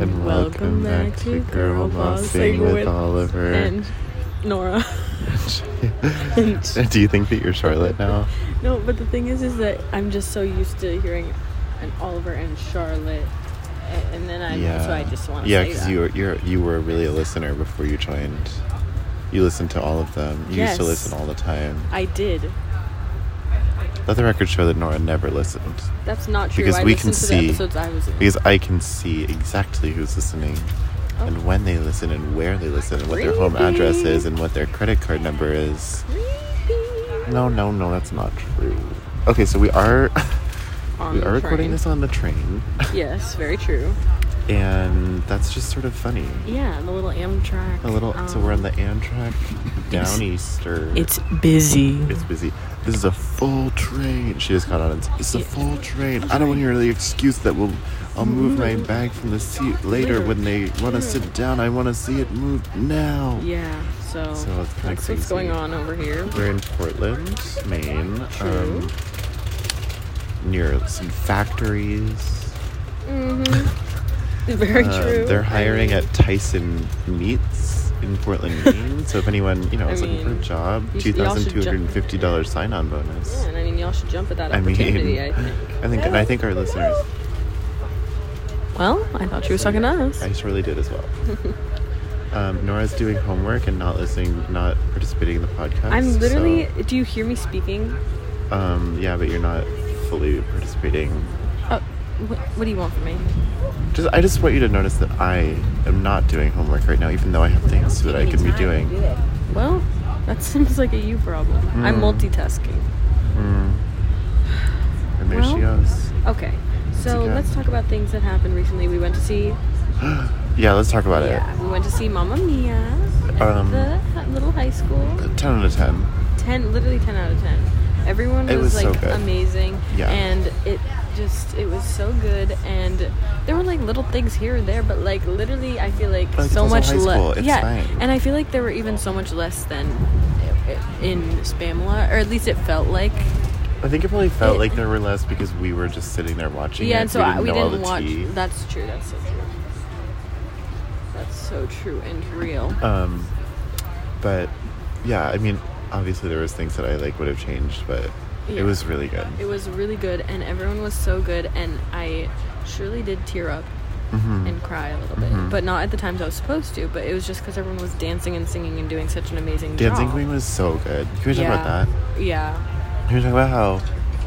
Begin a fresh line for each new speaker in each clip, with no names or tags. Welcome back to Girl Boss Sing with
Oliver.
and Nora. and-
Do you think that you're Charlotte now?
no, but the thing is, is that I'm just so used to hearing an Oliver and Charlotte, a- and then I so I just want to
Yeah,
say
because
that.
you were you're, you were really a listener before you joined. You listened to all of them. You used to
Yes.
listen all the time.
I did.
Let the record show that Nora never listened
That's not true.
Because
I
we can
listened to
see-
the episodes I was in.
because I can see exactly who's listening.
Oh.
And when they listen, and where they listen, and what their home address
Creepy.
is, and what their credit card number is.
Creepy.
No, no, no, that's not true. Okay, so we are
On
we
the
are recording
train.
this on the train,
Yes, very true.
and that's just sort of funny.
Yeah, the little Amtrak. Um,
A little. so we're on the Amtrak
it's-
down Easter.
busy.
it's busy. This is a full train. She just caught on and said, "It's a
Yeah.
full train." I don't want to hear the excuse that will. I'll move
Mm-hmm.
my bag from the seat later when they want to sit down. I want to see it moved now.
Yeah. So,
So it's kinda
that's what's
crazy.
going on over here.
We're in Portland, Maine. um,
True.
near some factories.
Mm-hmm. Very
Um,
true.
They're hiring
I mean,
at Tyson Meats in Portland, Maine. so if anyone you know
I
is looking for a
mean,
job,
you
two
should- y'all
thousand
should
two hundred and fifty dollars sign-on
Yeah,
bonus.
and I mean, y'all should jump at that
I mean,
opportunity. I, think.
I think, and I think our listeners.
Well, I thought she was talking to us.
I surely did as well. um, Nora's doing homework and not listening, not participating in the podcast.
I'm
so,
literally. Do you hear me speaking?
um, yeah, but you're not fully participating.
Oh, what, what do you want from me?
Just, I just want you to notice that I am not doing homework right now, even though I have things that I could be doing.
Well, that seems like a you problem. I'm
Mm.
multitasking.
Mm. And there she
Well,
goes.
Okay, so
okay.
let's talk about things that happened recently. We went to see.
Yeah, let's talk about
Yeah, we went to see Mamma Mia at
Um,
the hi- little high school.
it. 10 out of 10.
10 literally 10 out of 10 everyone
It
was,
was so
like
good.
amazing
Yeah.
and it just it was so good and there were like little things here and there but like literally i feel like
But it's
so
also
much
high school.
less
It's
yeah
fine.
and i feel like there were even so much less than i- in spamla or at least it felt like
I think it probably felt
It-
like there were less because we were just sitting there watching.
yeah
it.
and so I, we
know all
didn't
the
watch
tea.
that's true that's so true that's so true and real
Um, but yeah, I mean, obviously there was things that I like would have changed, but
Yeah.
it was really good.
it was really good and everyone was so good and i surely did tear up
hmm
and cry a little bit,
Mhm.
but not at the times I was supposed to. But it was just because everyone was dancing and singing and doing such an amazing
Dancing
job.
Queen was so good. Can we talk
yeah.
about that?
Yeah,
Can we talk about how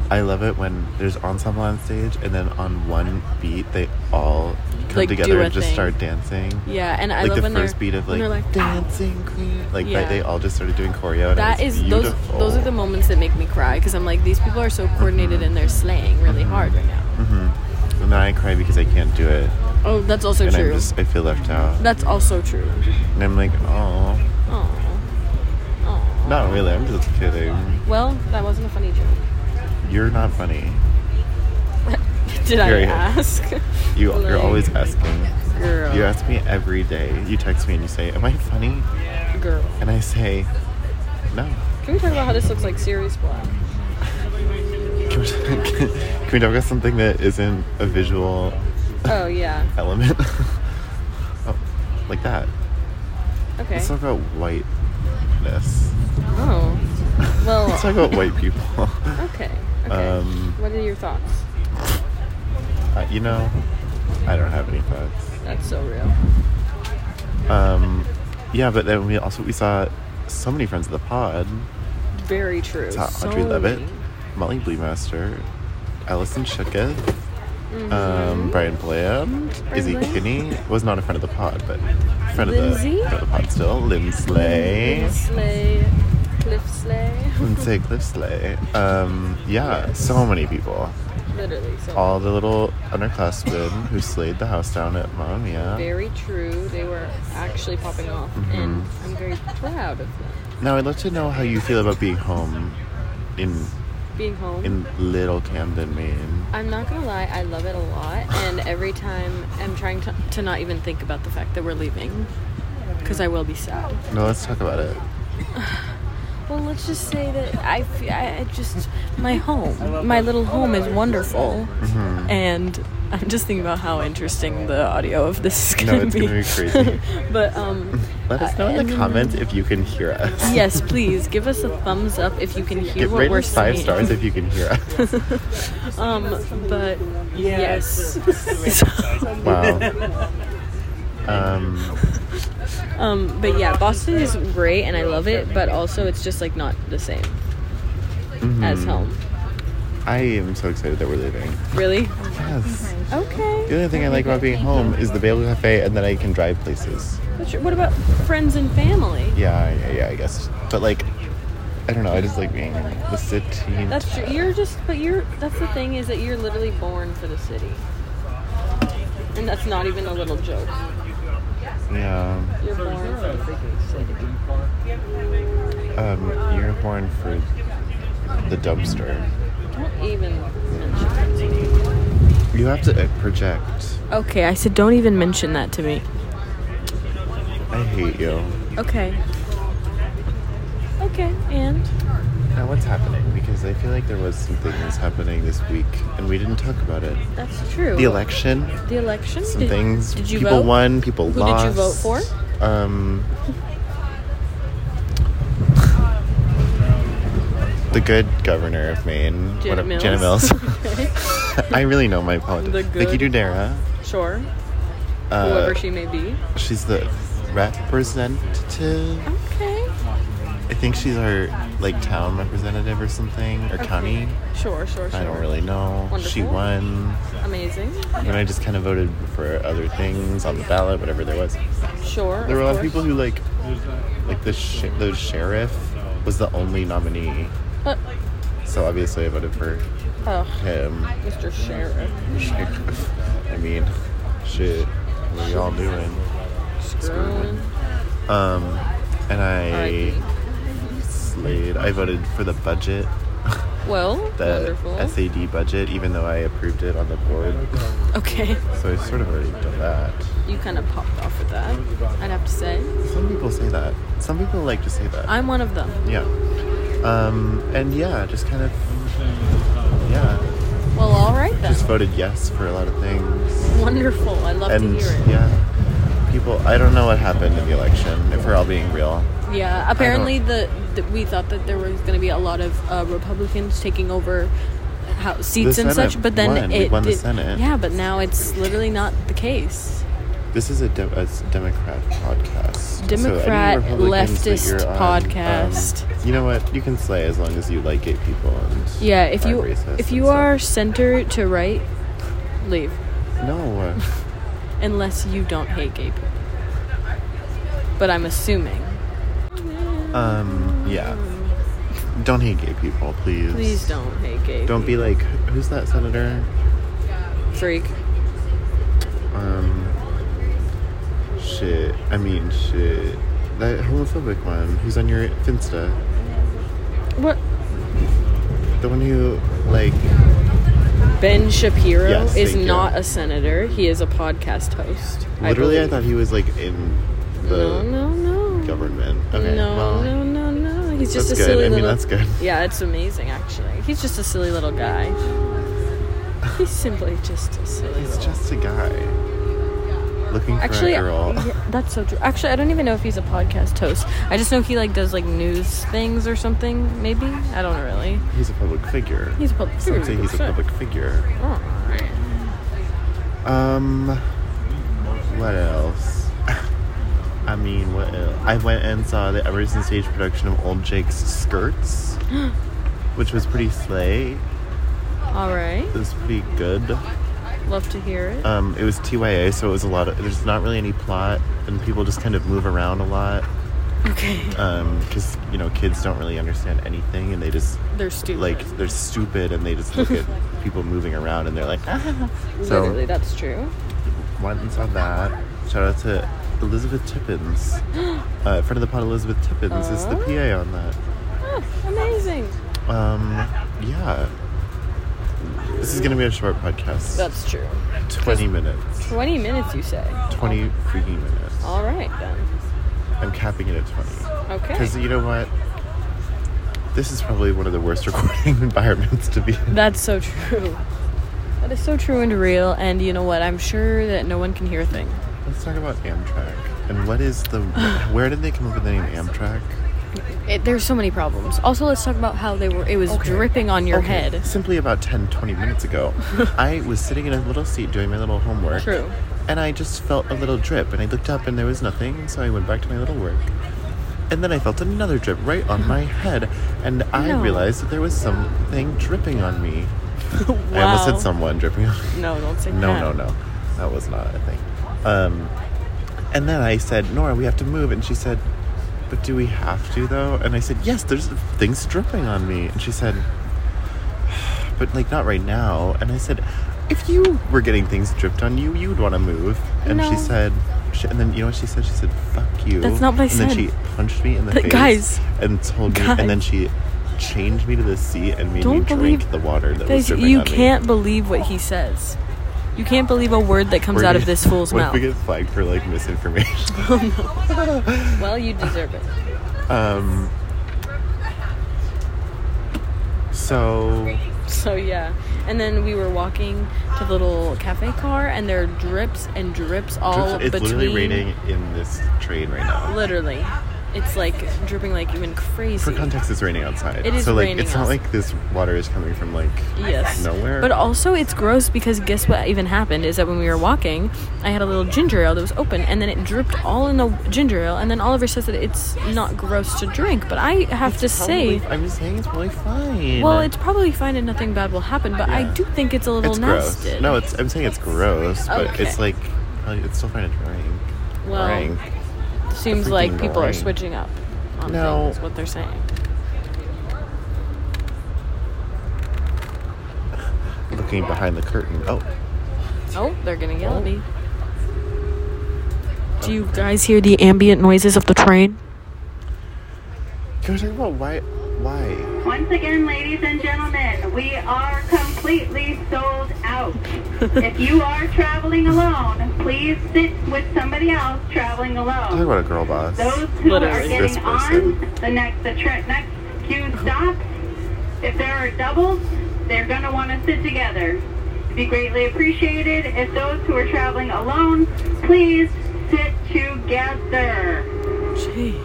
I love it when there's ensemble on stage and then on one beat they all come
Like, do
together
a
and just
thing.
start dancing.
yeah, and I
like
love
the
when
first
they're
beat of
when
like,
they're like
dancing queen, like that
Yeah.
they all just started doing choreo. And
That
it was
is those
beautiful. Mm-hmm.
those are the moments that make me cry because I'm like these people are so coordinated and they're slaying really hard right now.
Mhm. And then I cry because I can't do it,
Oh, that's also
and
true.
I'm just I feel left out,
that's also true.
and I'm like, oh,
Oh, oh.
not really. I'm just kidding.
Well, that wasn't a funny joke.
You're not funny.
Did I
Period.
ask?
You you're
Like,
always asking.
Girl.
You ask me every day. You text me and you say, "Am I funny?"
Girl.
And I say, "No."
Can we talk about how this looks like serious black?
Can we, can we talk about something that isn't a visual
Oh yeah.
element? oh, like that.
Okay.
Let's talk about whiteness.
Oh. Well.
Let's talk about white people. Uh,
Okay. Okay.
Um,
what are your thoughts?
Uh, you know, I don't have any thoughts.
That's so real.
Um, yeah, but then we also we saw so many friends of the pod.
Very true.
Saw
so
Audrey Levitt,
many.
Molly Bleemaster, Allison Shooketh,
Mhm.
um, Brian Bland,
Brian
Izzy
Bland.
Kinney was not a friend of the pod, but friend of the,
Lindsay?
friend of the pod still. Lindsley.
Lynn Slay. Cliff Slay.
Lindsay Cliffsley. Um, yeah, so many people.
Literally. So
all the little underclassmen who slayed the house down at Mamma Mia.
very true. They were actually popping off,
Mm-hmm.
and I'm very proud of them.
Now I'd love to know how you feel about being home in
Being home.
in Little Camden, Maine.
I'm not gonna lie, I love it a lot, and every time I'm trying to, to not even think about the fact that we're leaving, because I will be sad.
No, let's talk about it.
Well, let's just say that I
Hmm.
fe- I I just my home, my little home is wonderful, and I'm just thinking about how interesting the audio of this is
No,
gonna
it's
be.
gonna be crazy.
but um,
Let us know
I-
in the
and-
comments if you can hear us.
yes, please give us a thumbs up if you can hear
Give
what
rate
we're
us five
saying.
stars if you can hear us.
Um, but yes.
wow. Um,
um, but yeah, Boston is great and I love it, but also it's just like not the same as
mhm.
home.
I am so excited that we're leaving.
Really?
Yes.
Okay.
The only thing I like about being home is the Bailey Cafe and that I can drive places.
What's your- what about friends and family?
Yeah, yeah, yeah, I guess. But like, I don't know. I just like being in the city.
That's true. You're just, but you're. That's the thing is that you're literally born for the city, and that's not even a little joke.
Yeah.
You're born for the freaking city.
Um, you're born for the dumpster.
Don't even mention. It.
You have to uh, project.
Okay, I said don't even mention that to me.
I hate you.
Okay. Okay, and
Now what's happening? Because I feel like there was some things happening this week and we didn't talk about it.
that's true.
The election,
The election.
some
did,
things.
Did you
people
vote?
won, people
Who
lost.
did you vote for?
Um. The good governor of Maine,
Janet
what- Janet Mills.
Mills.
I really know my politics.
The
Vicky
good-
Dudera.
Sure.
uh,
Whoever she may be.
She's the representative.
Okay.
I think she's our like town representative or something or county.
Sure, sure, sure.
I don't really know. She
Wonderful.
won.
Amazing.
And I just kind of voted for other things on the ballot, whatever there was.
Sure.
There were a lot of
course.
people who like, like the sh- the sheriff was the only nominee,
Uh,
so obviously I voted for
oh,
him.
Mr. Sheriff.
Sheriff. I mean, shit, what are y'all doing?
Screwing.
Um, and I
R.I.P.
slayed. I voted for the budget,
Well,
the
wonderful.
SAD budget, even though I approved it on the board.
Okay.
So I sort of already done that.
You kind of popped off with that. I'd have to say.
Some people say that. Some people like to say that.
I'm one of them.
Yeah. Um, and yeah, just kind of, yeah,
Well, all right then.
just voted yes for a lot of things.
Wonderful. I love
And
to hear it.
yeah, people, I don't know what happened in the election, if we're all being real.
Yeah, apparently the, the we thought that there was going to be a lot of uh, Republicans taking over how, seats and
Senate
such, but then
won. We
it
won the
did-
Senate.
Yeah, but now it's literally not the case.
This is a, de- a s- Democrat podcast. So any
Democrat
Republicans that
leftist
you're on,
podcast.
um, you know what? You can slay as long as you like gay people. And
Yeah, if you
racist
if
and
you
stuff.
are center to right, leave
no,
unless you don't hate gay people. But I'm assuming.
um, yeah, don't hate gay people, please.
Please don't hate gay.
Don't be like, who's that senator?
freak.
Um, shit. I mean, shit. That homophobic one who's on your Finsta.
What?
The one who, like,
Ben Shapiro
Yes,
is
thank you.
not a senator. He is a podcast host.
literally, I,
believe.
thought he was, like, in
No,
the
no, no.
government. Okay,
no,
well,
no, no, no. He's just
that's
a
good.
silly
I mean,
little.
that's good.
Yeah, it's amazing actually. He's just a silly little guy. He's simply just a silly.
he's
little...
just a guy looking for
actually,
a girl.
yeah, that's so true. Actually, I don't even know if he's a podcast host. I just know he like does like news things or something. Maybe I don't know really.
He's a public figure.
He's a public
Some
figure.
say he's a
sure.
public figure.
Alright.
Um, what else? I mean, what else? I went and saw the Emerson stage production of Old Jake's Skirts, which was pretty slay.
All right.
It was pretty good.
Love to hear it.
Um, it was TYA, so it was a lot of. There's not really any plot, and people just kind of move around a lot
okay.
because you know kids don't really understand anything, and they just
They're stupid.
like they're stupid, and they just look at people moving around, and they're like, ah. so-
literally, that's true.
went and saw that. Shout out to Elizabeth Tippins. Uh, friend of the pod, Elizabeth Tippins is the
Oh.
PA on that.
Oh, amazing.
Um, yeah. This is going to be a short podcast.
That's true.
20 minutes.
Twenty minutes, you say?
20 freaking minutes.
All right then.
I'm capping it at 20.
Okay.
Because you know what? This is probably one of the worst recording environments to be in.
That's so true. That is so true and real, and you know what? I'm sure that no one can hear a thing.
Let's talk about Amtrak. And what is the. where did they come up with the name Amtrak?
It, there's so many problems. Also, let's talk about how they were. It was
Okay.
dripping on your
Okay,
head.
Simply about 10, 20 minutes ago, I was sitting in a little seat doing my little homework.
True.
And I just felt a little drip, and I looked up and there was nothing, so I went back to my little work. And then I felt another drip right on my head, and I
No.
realized that there was something dripping on me. I almost
Wow.
said someone dripping on me.
No, don't say
No,
that.
no, no. That was not a thing. Um, and then I said, Nora, we have to move. And she said, But do we have to, though? And I said, Yes, there's things dripping on me. And she said, But, like, not right now. And I said, If you were getting things dripped on you, you'd want to move. And she
No.
said, she, And then, you know what she said? She said, Fuck you.
That's not what I
And then
said.
she punched me in the
But
face.
guys,
And told me. And then
guys.
she chained me to the seat and made me
Don't
drink
believe-
the water that was
Guys,
dripping
you
on me.
can't believe what he says. You can't believe a word that comes
We're
out
gonna-
of this fool's
what
mouth.
If we get flagged for like misinformation.
Well, you deserve it.
um. So
So yeah, and then we were walking to the little cafe car, and there are drips and drips all
it's
between.
literally raining in this train right now.
Literally, it's like dripping like even crazy.
For context, it's raining outside.
It is
so like
raining
it's not
outside.
like this water is coming from like
Yes.
nowhere.
But also, it's gross because guess what even happened is that when we were walking, I had a little ginger ale that was open, and then it dripped all in the ginger ale. And then Oliver says that it's not gross to drink, but I have to say,
Probably- I'm just saying it's probably fine.
well, it's probably fine and nothing bad will happen. But I
Yeah.
do think it's a little
it's gross.
nasty.
No, it's I'm saying it's gross, but
Okay.
it's like like, it's still fine to drink.
Well,
Drink.
seems
freaking
like people are
boring.
switching up. On
No.
things, what they're saying.
looking behind the curtain. Oh,
Oh, they're gonna yell at me. Do you guys hear the ambient noises of the train?
can we talk about why? Why?
Once again, ladies and gentlemen, we are completely sold out. if you are traveling alone, please sit with somebody else traveling
Talk
alone.
about a girl boss.
Those who
Literally.
are
This
getting on
person.
the next the tra- next few stops, if there are doubles, they're going to want to sit together. It'd be greatly appreciated if those who are traveling alone, please sit together.
Jeez.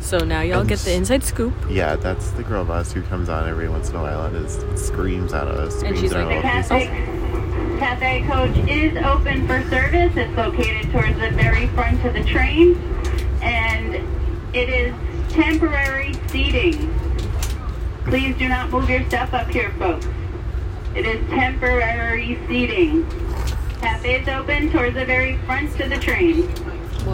So now y'all
And
get the
s-
inside scoop.
Yeah, that's the girl boss who comes on every once in a while and is screams at us.
And
Screams
she's
at
like,
our
The
little
Cafe,
faces.
cafe Coach is open for service. It's located towards the very front of the train, and it is temporary seating. Please do not move your stuff up here, folks. It is temporary seating. Cafe is open towards the very front of the train.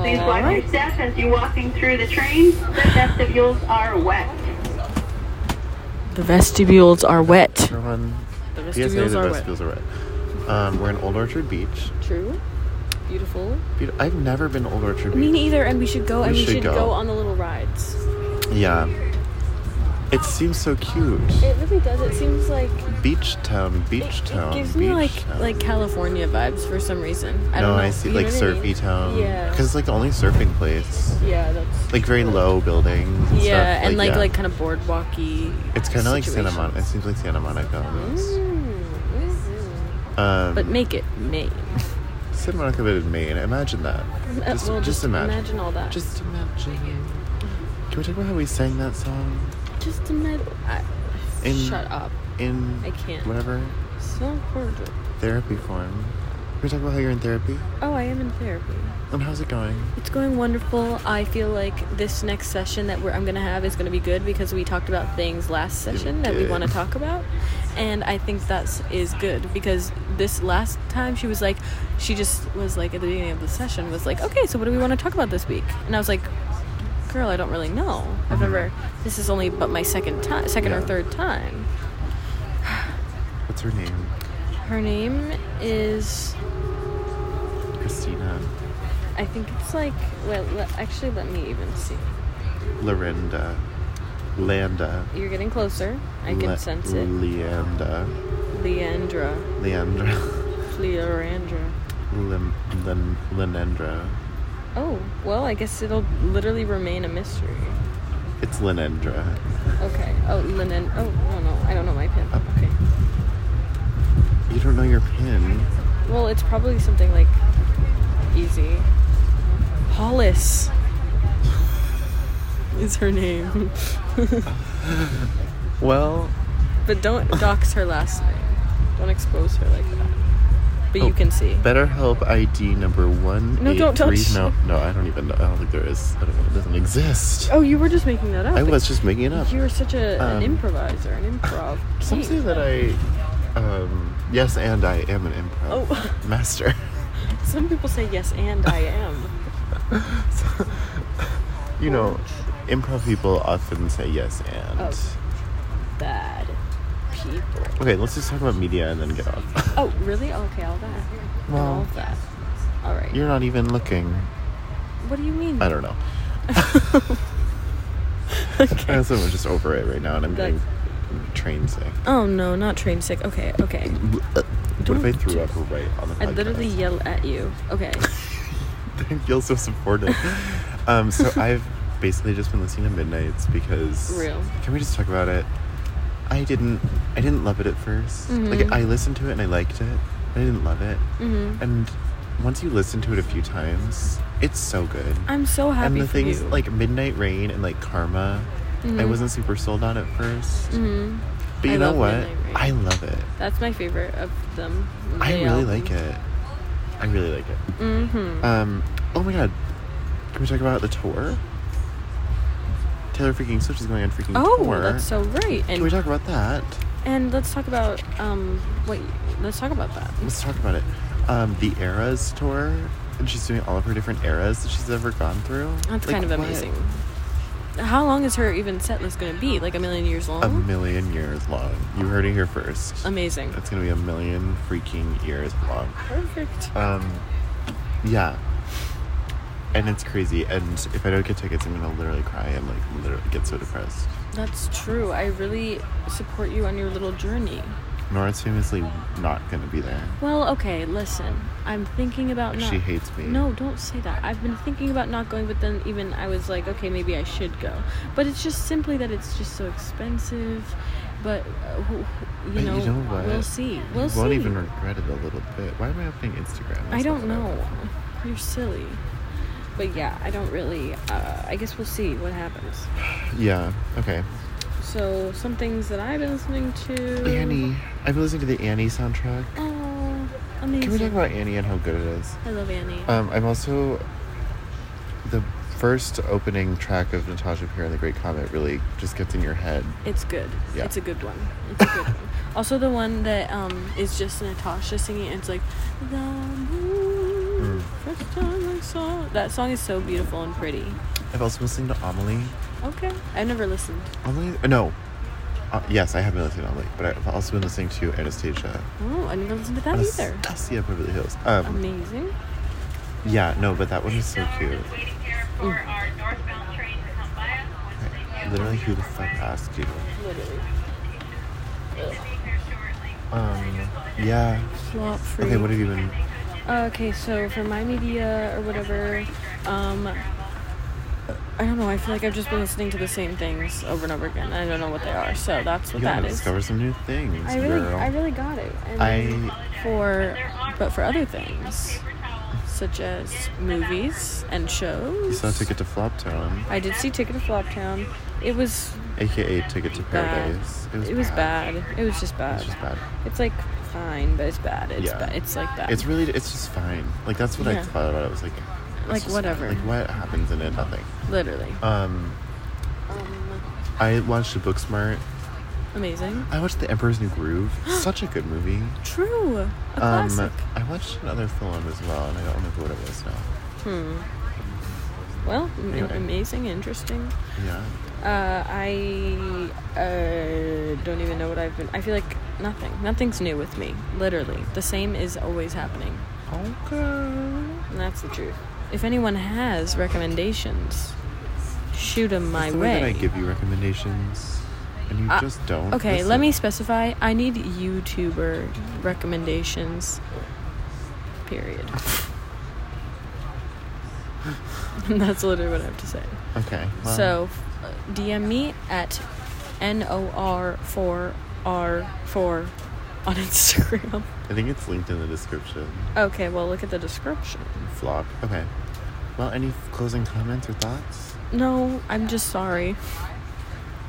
Please watch your step as you're walking through the train. The vestibules are wet.
The vestibules are wet.
We're on
The
PSA,
vestibules
the
are wet.
vestibules are wet. Um, we're in Old Orchard Beach.
True. Beautiful.
Beaut- I've never been to Old Orchard
Me
Beach.
neither, and we should go and we should go.
go
on the little rides.
Yeah. It seems so cute.
It really does. It seems like
Beach town, beach
it,
town,
it gives
beach
me like
town.
like California vibes for some reason. I
no,
don't know.
I see
You know
like
what I
surfy
mean?
town.
Yeah.
Because it's like the only surfing place.
Yeah, that's
Like very low buildings. and
yeah,
stuff.
and like
yeah.
like kind of boardwalky.
It's kind of like Santa
situation.
Monica. It seems like Santa Monica almost.
Mm, mm.
Um,
But make it Maine.
Santa Monica but in Maine. Imagine that. Just,
well,
just, imagine.
all that. Just,
Just imagine. Can we talk about how we sang that song
just imagine. I,
In-
shut up.
in
I can't.
whatever
So horrible.
therapy form? Can we talk about how you're in therapy
Oh, I am in therapy.
and how's it going?
It's going wonderful. I feel like this next session that we're, I'm going to have is going to be good because we talked about things last session that we
did.
want to talk about. And I think that is good because this last time she was like, she just was like at the beginning of the session was like, okay, so what do we want to talk about this week? And I was like, girl, I don't really know. I've never, this is only but my second time, second or
Yeah.
third time.
What's her name?
Her name is,
Christina,
I think it's like, well, le- actually, let me even see.
Lorinda, Landa.
You're getting closer. I can
Le-
sense it.
Leanda,
Leandra.
Leandra,
Leandra.
Lim, Lin, Linendra.
Oh, well, I guess it'll literally remain a mystery.
It's Linendra.
Okay. Oh, Linen. Oh, no, no. I don't know my pin.
Up.
Okay.
You You don't know your pin.
Well, it's probably something like easy. Hollis is her name.
Well,
but don't dox her last name. Don't expose her like that. But you
oh,
can see.
BetterHelp ID number one.
No, don't touch.
No, no, I don't even know. I don't think there is. I don't know. It doesn't exist.
Oh, you were just making that up.
I was just making it up.
You were such a,
Um,
an improviser, an improv. king.
Something that I, um, yes, and I am an improv
Oh.
master.
Some people say yes, and I am.
you know, improv people often say yes and.
Oh. Bad people.
Okay, let's just talk about media and then get off.
Oh, really? Okay, all that. And
Well,
all of that. All right.
You're not even looking.
What do you mean?
I don't know.
Okay.
I'm just over it right now, and I'm getting train sick.
Oh no, not train sick. Okay, okay.
Oh What if I
Don't
threw
do-
up right on the podcast?
I literally yell at you. Okay.
Thank you, so supportive. um, so I've basically just been listening to Midnight's because
Real.
Can we just talk about it? I didn't. I didn't love it at 1st
Mhm.
Like I listened to it and I liked it. I didn't love it.
Mhm.
And once you listen to it a few times, it's so good.
I'm so happy
and the
for
things
you.
like Midnight Rain and like Karma, I
Mhm.
wasn't super sold on at 1st
Mhm.
But you
I
know
love
what?
Midnight Rain.
I love it.
That's my favorite of them. um,
I really like it. I really like it.
Mm-hmm.
Um. Oh my god. Can we talk about the tour? Taylor freaking Swift is going on freaking
oh,
tour.
that's so right.
Can we
And
talk about that?
and let's talk about um wait, let's talk about that.
Let's talk about it. Um, the Eras tour, and she's doing all of her different eras that she's ever gone through.
That's
Like,
kind of
what?
amazing. How long is her even set list going to be? Like a million years long?
A million years long. You heard it here first.
Amazing.
That's gonna be a million freaking years long.
Perfect.
Um, yeah. And it's crazy. And if I don't get tickets, I'm gonna literally cry and like literally get so depressed.
That's true. I really support you on your little journey.
Nora's famously not gonna be there.
Well, okay, listen. I'm thinking about not.
She hates me.
No, don't say that. I've been thinking about not going, but then even I was like, okay, maybe I should go. But it's just simply that it's just so expensive. But uh, who- who-
But
you know,
you know what?
we'll see. We'll
you
see.
won't even regret it a little bit. Why am I opening Instagram?
I
That's not
don't
what
know.
want.
You're silly. But yeah, I don't really. Uh, I guess we'll see what happens.
Yeah. Okay.
So some things that I've been listening to.
Annie. I've been listening to the Annie soundtrack.
Oh, amazing.
Can we talk about Annie and how good it is?
I love Annie.
Um, I'm also the first opening track of Natasha Pierre and the Great Comet really just gets in your head.
It's good.
Yeah.
It's a good one. It's a good one. Also, the one that um, is just Natasha singing, and it's like, The moon,
Mm.
first time I saw. That song is so beautiful and pretty.
I've also been listening to Amelie.
Okay. I've never listened.
Amelie? No. Uh, yes, I have been listening to Amelie, but I've also been listening to Anastasia.
Oh, I never listened to that either.
Anastasia Beverly Hills. Um,
Amazing.
yeah, no, but that one is so cute.
Waiting here for our northbound train to come by us. Once they do,
Literally,
we'll
who the
be on
fuck
way.
asked you?
Literally.
We'll be here shortly.
Um, yeah.
Flop free.
Okay, what have you been?
Okay, so for my media or whatever, um, I don't know. I feel like I've just been listening to the same things over and over again. I don't know what they are. So that's
You
what
gotta
that is.
discover some new things,
I really,
girl.
I really got it. And
I-
for, but for other things, such as movies and
You
shows.
saw Ticket to Flop Town,
I did see Ticket to Floptown. It was
aka Ticket to
bad.
Paradise.
It was bad. It was just
It
bad.
was just bad.
It's like fine, but it's bad. It's
Yeah.
bad. It's like that.
It's really, it's just fine. Like that's what I
Yeah.
thought about. It I was like, it's
Like,
just fine.
whatever.
Like what happens in it? Nothing.
literally
Um, I watched Booksmart.
amazing.
I watched The Emperor's New Groove. Such a good movie.
True. A
Um,
classic.
I watched another film as well, and I don't remember what it was now.
Hmm. Well, m-
Anyway.
amazing, interesting.
Yeah.
Uh, I uh, don't even know what I've been. I feel like nothing. Nothing's new with me. Literally, the same is always happening,
Okay.
and that's the truth. If anyone has recommendations, shoot them my
It's the
way.
way that I give you recommendations, and you
Uh,
just don't.
okay, let me
listen.
specify. I need YouTuber recommendations. Period. That's literally what I have to say.
Okay. well,
So, uh, DM me at N O R four R four on Instagram.
I think it's linked in the description.
Okay, well, look at the description.
Flop. Okay. Well, any closing comments or thoughts?
No, I'm just sorry.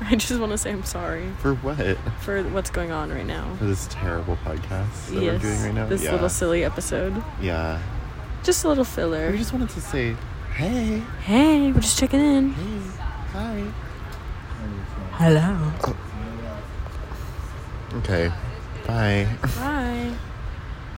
I just want to say I'm sorry
For what?
for what's going on right now.
For this terrible podcast that we're
yes,
doing right now?
this
yeah.
little silly episode.
Yeah.
Just a little
We
filler.
just wanted to say, hey,
Hey, we're just checking in.
hey, hi.
Hello.
Okay. Bye.
Bye.